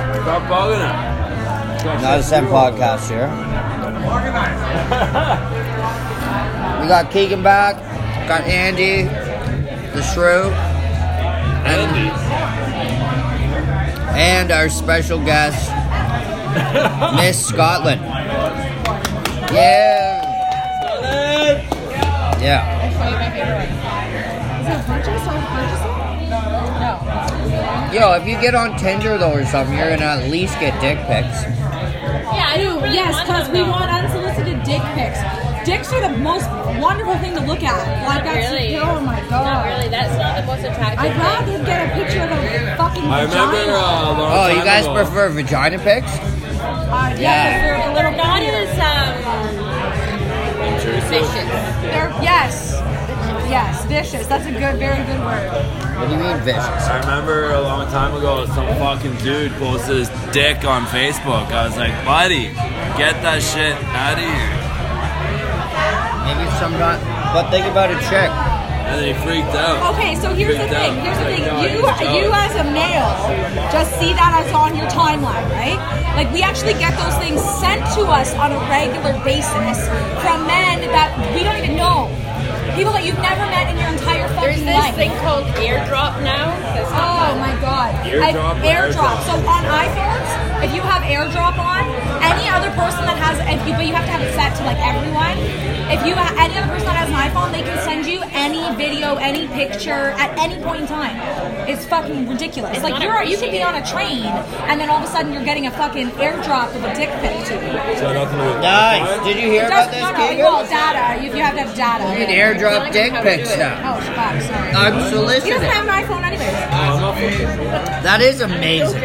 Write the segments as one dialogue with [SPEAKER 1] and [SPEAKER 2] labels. [SPEAKER 1] Stop bugging her.
[SPEAKER 2] Not a Sen podcast here. we got Keegan back, got Andy, the Shrew, and, and our special guest, Miss Scotland. Yeah, yeah, yo, if you get on Tinder though or something, you're gonna at least get dick pics.
[SPEAKER 3] Yeah, I do. Yes, because we want unsolicited dick pics. Dicks are the most wonderful thing to look at. Like
[SPEAKER 4] Not
[SPEAKER 3] that's
[SPEAKER 4] really.
[SPEAKER 3] oh my god.
[SPEAKER 4] Not really. That's not the most attractive.
[SPEAKER 3] I'd
[SPEAKER 4] thing.
[SPEAKER 3] rather get a picture of a fucking
[SPEAKER 1] I remember uh, a
[SPEAKER 3] vagina.
[SPEAKER 1] long
[SPEAKER 2] Oh,
[SPEAKER 1] time
[SPEAKER 2] you guys
[SPEAKER 1] ago.
[SPEAKER 2] prefer vagina pics?
[SPEAKER 3] Uh, yeah,
[SPEAKER 2] yeah.
[SPEAKER 3] they're a little
[SPEAKER 4] Not
[SPEAKER 3] prettier.
[SPEAKER 4] as um, vicious.
[SPEAKER 3] They're yes, yes, vicious. That's a good, very good word.
[SPEAKER 2] What do you mean vicious?
[SPEAKER 1] I remember a long time ago, some fucking dude posted his dick on Facebook. I was like, buddy, get that shit out of here.
[SPEAKER 2] Maybe sometimes, but think about a chick.
[SPEAKER 1] And then he freaked out.
[SPEAKER 3] Okay, so here's the
[SPEAKER 1] Freaked
[SPEAKER 3] thing.
[SPEAKER 1] out.
[SPEAKER 3] Here's the
[SPEAKER 1] Like,
[SPEAKER 3] thing.
[SPEAKER 1] no,
[SPEAKER 3] You,
[SPEAKER 1] he's jealous.
[SPEAKER 3] you as a male, just see that as on your timeline, right? Like we actually get those things sent to us on a regular basis from men that we don't even know, people that you've never met in your entire
[SPEAKER 4] There's
[SPEAKER 3] fucking
[SPEAKER 4] this
[SPEAKER 3] life.
[SPEAKER 4] thing called airdrop now. That's not
[SPEAKER 3] Oh my god.
[SPEAKER 1] Airdrop
[SPEAKER 3] I-
[SPEAKER 1] or
[SPEAKER 3] airdrop.
[SPEAKER 1] airdrop?
[SPEAKER 3] So on iPhones, if you have airdrop on, any other person that has if you, but you have to have it set to like everyone. If you ha- any other person that has an iPhone, they can send you any video, any picture at any point in time. It's fucking ridiculous.
[SPEAKER 4] It's
[SPEAKER 3] like
[SPEAKER 4] not
[SPEAKER 3] you're you could be on a train and then all of a sudden you're getting a fucking airdrop of a dick pic to you.
[SPEAKER 1] So nothing to do with
[SPEAKER 2] Nice. Did you hear
[SPEAKER 3] Just-
[SPEAKER 2] about this,
[SPEAKER 3] no, no, well,
[SPEAKER 2] Keegan?
[SPEAKER 3] data. You, you have to have data.
[SPEAKER 2] You can airdrop dick pics now.
[SPEAKER 3] Oh fuck, sorry.
[SPEAKER 4] Uh,
[SPEAKER 3] he
[SPEAKER 2] Unsolicited.
[SPEAKER 3] doesn't have an iPhone anyways.
[SPEAKER 2] That is amazing.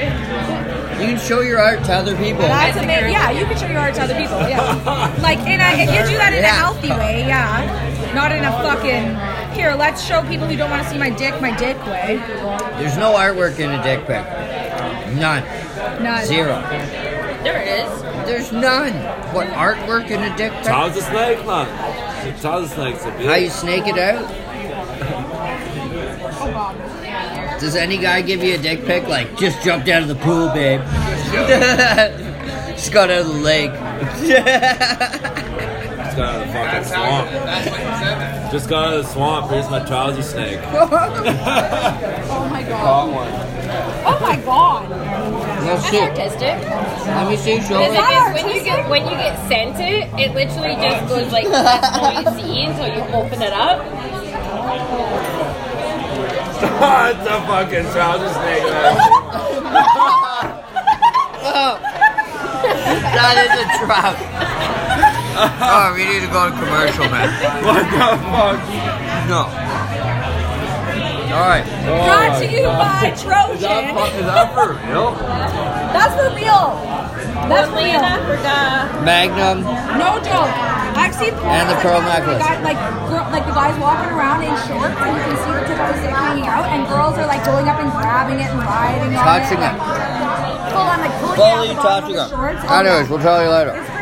[SPEAKER 2] You can show your art to other people.
[SPEAKER 3] That's a big, yeah, you can show your art to other people, yeah. Like, in a, if you do that in a
[SPEAKER 2] Yeah.
[SPEAKER 3] healthy way, yeah. Not in a fucking, here, let's show people who don't want to see my dick my dick way.
[SPEAKER 2] There's no artwork in a dick pic. None.
[SPEAKER 3] Not,
[SPEAKER 2] Zero.
[SPEAKER 4] there is.
[SPEAKER 2] There's none. What artwork in a dick pic?
[SPEAKER 1] How's the snake, man? How's the snake's a
[SPEAKER 2] How
[SPEAKER 1] bitch.
[SPEAKER 2] you snake it out? Does any guy give you a dick pic like just jumped out of the pool, babe? just got out of the lake.
[SPEAKER 1] Just got out of the fucking swamp. Just got out of the swamp. Here's my trouser snake.
[SPEAKER 3] oh my god. Oh my god.
[SPEAKER 2] Well,
[SPEAKER 4] That's
[SPEAKER 2] shit.
[SPEAKER 4] artistic.
[SPEAKER 2] Let me see. Show
[SPEAKER 4] The
[SPEAKER 2] me.
[SPEAKER 4] thing
[SPEAKER 3] that
[SPEAKER 4] is, when you get when you get sent it, it literally just goes like that's all you see until you open it up.
[SPEAKER 1] it's a fucking trouser snake, man.
[SPEAKER 2] That is a trap. oh, we need to go to commercial, man.
[SPEAKER 1] what the fuck?
[SPEAKER 2] No. All right.
[SPEAKER 1] Oh
[SPEAKER 3] Brought to
[SPEAKER 1] my
[SPEAKER 3] you
[SPEAKER 1] God.
[SPEAKER 3] by
[SPEAKER 1] Is that,
[SPEAKER 3] Trojan.
[SPEAKER 1] fu- is that for real?
[SPEAKER 3] That's for real. That's for
[SPEAKER 4] Only in
[SPEAKER 3] real.
[SPEAKER 4] Africa.
[SPEAKER 2] Magnum.
[SPEAKER 3] No joke. I've seen
[SPEAKER 2] And the pearl necklace.
[SPEAKER 3] Guy, like, girl, like the guys walking around in shorts, and you can see the tip of the stick hanging out, and girls are like going up and grabbing it and riding on
[SPEAKER 2] Touching it.
[SPEAKER 3] it. Like, full on, like pulling
[SPEAKER 2] Fully
[SPEAKER 3] it out the bottom of
[SPEAKER 2] touching
[SPEAKER 3] the
[SPEAKER 2] up.
[SPEAKER 3] shorts.
[SPEAKER 2] Anyways, we'll tell you later.
[SPEAKER 3] It's